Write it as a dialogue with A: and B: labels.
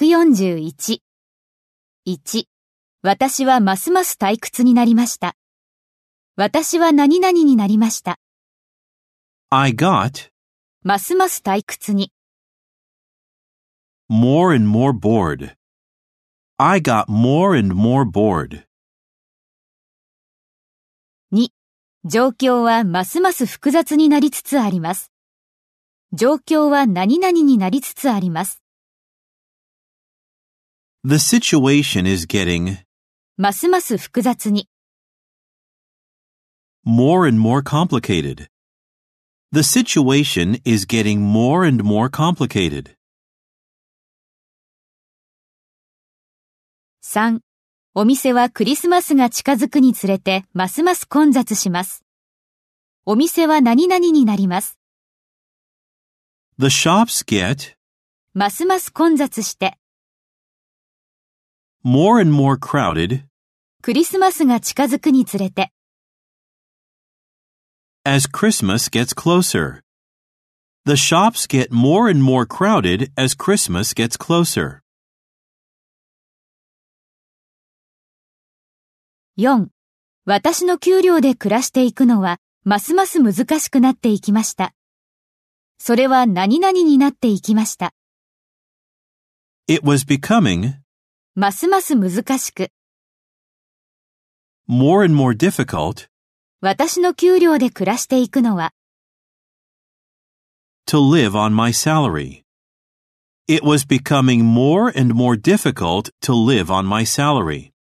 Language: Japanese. A: 141。1。私はますます退屈になりました。私は何々になりました。
B: I got
A: ますます退屈に。
B: more and more bored. I got more and more bored.
A: 状況はますます複雑になりつつあります。状況は何々になりつつあります。
B: The situation is getting
A: ますます複雑に。
B: more and more complicated. The situation is getting more and more complicated.
A: 3. お店はクリスマスが近づくにつれてますます混雑します。お店は何々になります。
B: The shops get
A: ますます混雑して。
B: more and more crowded
A: クリスマスが近づくにつれて、
B: as Christmas gets closer. The shops get more and more crowded as Christmas gets closer.
A: 4. 私の給料で暮らしていくのは、ますます難しくなっていきました。それは何々になっていきました。
B: It was becoming
A: ますます難しく、
B: more and more difficult
A: 私の給料で暮らしていくのは、
B: to live on my salary. It was becoming more and more difficult to live on my salary.